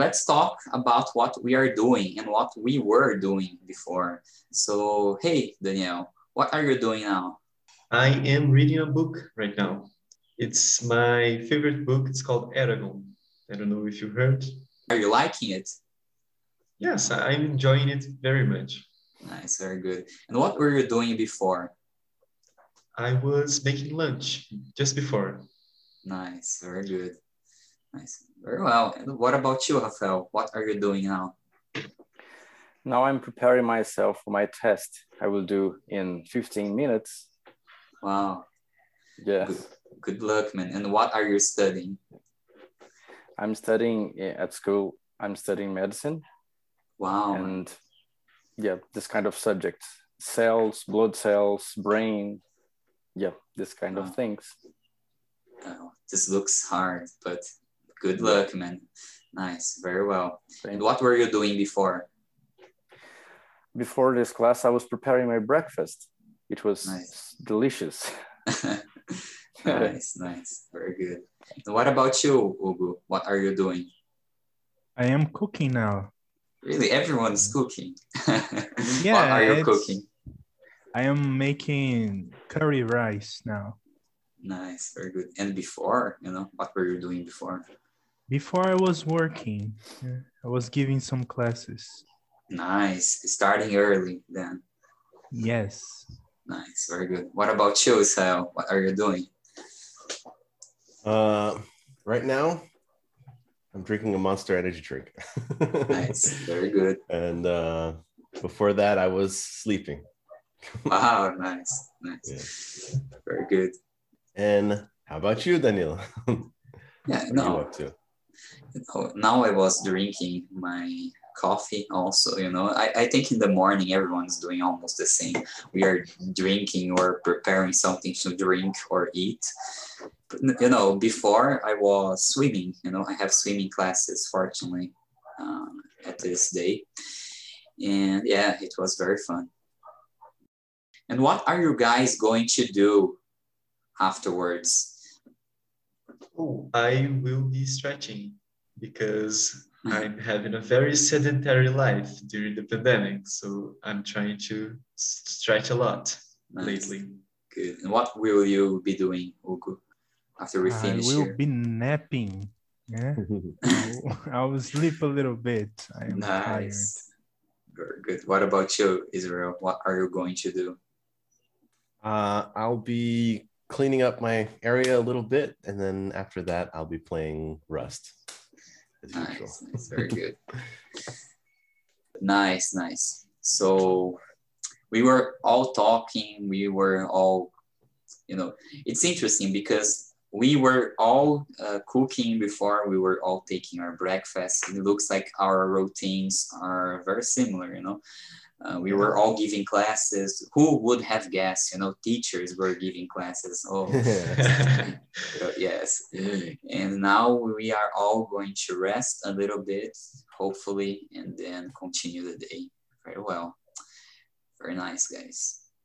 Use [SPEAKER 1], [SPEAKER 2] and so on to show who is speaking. [SPEAKER 1] let's talk about what we are doing and what we were doing before. So, hey, Daniel, what are you doing now?
[SPEAKER 2] I am reading a book right now. It's my favorite book. It's called Aragon. I don't know if you heard.
[SPEAKER 1] Are you liking it?
[SPEAKER 2] Yes, I'm enjoying it very much.
[SPEAKER 1] Nice, very good. And what were you doing before?
[SPEAKER 2] I was making lunch just before.
[SPEAKER 1] Nice, very good. Nice, very well. And what about you, Rafael? What are you doing now?
[SPEAKER 3] Now I'm preparing myself for my test I will do in 15 minutes.
[SPEAKER 1] Wow,
[SPEAKER 3] Yes.
[SPEAKER 1] good, good luck, man. And what are you studying?
[SPEAKER 3] I'm studying eh, at school, I'm studying medicine
[SPEAKER 1] Wow, man.
[SPEAKER 3] and yeah, this kind of subject cells, blood cells, brain. Yeah, this kind
[SPEAKER 1] Wow.
[SPEAKER 3] of things.
[SPEAKER 1] Oh, this looks hard, but good luck, man. Nice, very well. And
[SPEAKER 3] Thank-
[SPEAKER 1] what were you doing before?
[SPEAKER 3] Before this class, I was preparing my breakfast. It was
[SPEAKER 1] Nice.
[SPEAKER 3] delicious.
[SPEAKER 1] nice, nice, very good. And what about you, Ugo? What are you doing?
[SPEAKER 4] I am cooking now.
[SPEAKER 1] Really, everyone's cooking. what
[SPEAKER 4] Yeah,
[SPEAKER 1] are you
[SPEAKER 4] it's-
[SPEAKER 1] cooking?
[SPEAKER 4] I am making curry rice now.
[SPEAKER 1] Nice, very good. And before, you know, what were you doing before?
[SPEAKER 4] Before I was working, yeah, I was giving some classes.
[SPEAKER 1] Nice, starting early then.
[SPEAKER 4] Yes.
[SPEAKER 1] Nice, very good. What about you, Sal? What are you doing?
[SPEAKER 5] Uh, right now, I'm drinking a Monster Energy drink.
[SPEAKER 1] Nice, very good.
[SPEAKER 5] And uh, before that, I was sleeping.
[SPEAKER 1] Wow, nice, nice, very good.
[SPEAKER 5] And how about you, Daniel? what
[SPEAKER 1] Yeah,
[SPEAKER 5] are you
[SPEAKER 1] no,
[SPEAKER 5] up to?
[SPEAKER 1] Oh, now I was drinking my coffee also, you know. I, I think in the morning everyone's doing almost the same. We are drinking or preparing something to drink or eat. But, you know, before I was swimming, you know, I have swimming classes fortunately um, at this day. And yeah, it was very fun. And what are you guys going to do afterwards?
[SPEAKER 2] Oh, I will be stretching because I'm having a very sedentary life during the pandemic. So I'm trying to s- stretch a lot
[SPEAKER 1] Nice.
[SPEAKER 2] lately.
[SPEAKER 1] Good. And what will you be doing, Ugo, after we
[SPEAKER 4] I
[SPEAKER 1] finish
[SPEAKER 4] will
[SPEAKER 1] here?
[SPEAKER 4] be napping. Yeah. I will sleep a little bit. I am tired.
[SPEAKER 1] nice. Very good. What about you, Israel? What are you going to do?
[SPEAKER 5] Uh, I'll be cleaning up my area a little bit, and then after that, I'll be playing Rust. As usual.
[SPEAKER 1] Nice. nice. Very good. nice, nice. So we were all talking, we were all, you know, it's interesting because we were all uh, cooking before we were all taking our breakfast. It looks like our routines are very similar, you know. Uh, we were all giving classes. Who would have guessed? You know, teachers were giving classes. Oh, Uh, yes. And now we are all going to rest a little bit, hopefully, and then continue the day. Very well. Very nice, guys.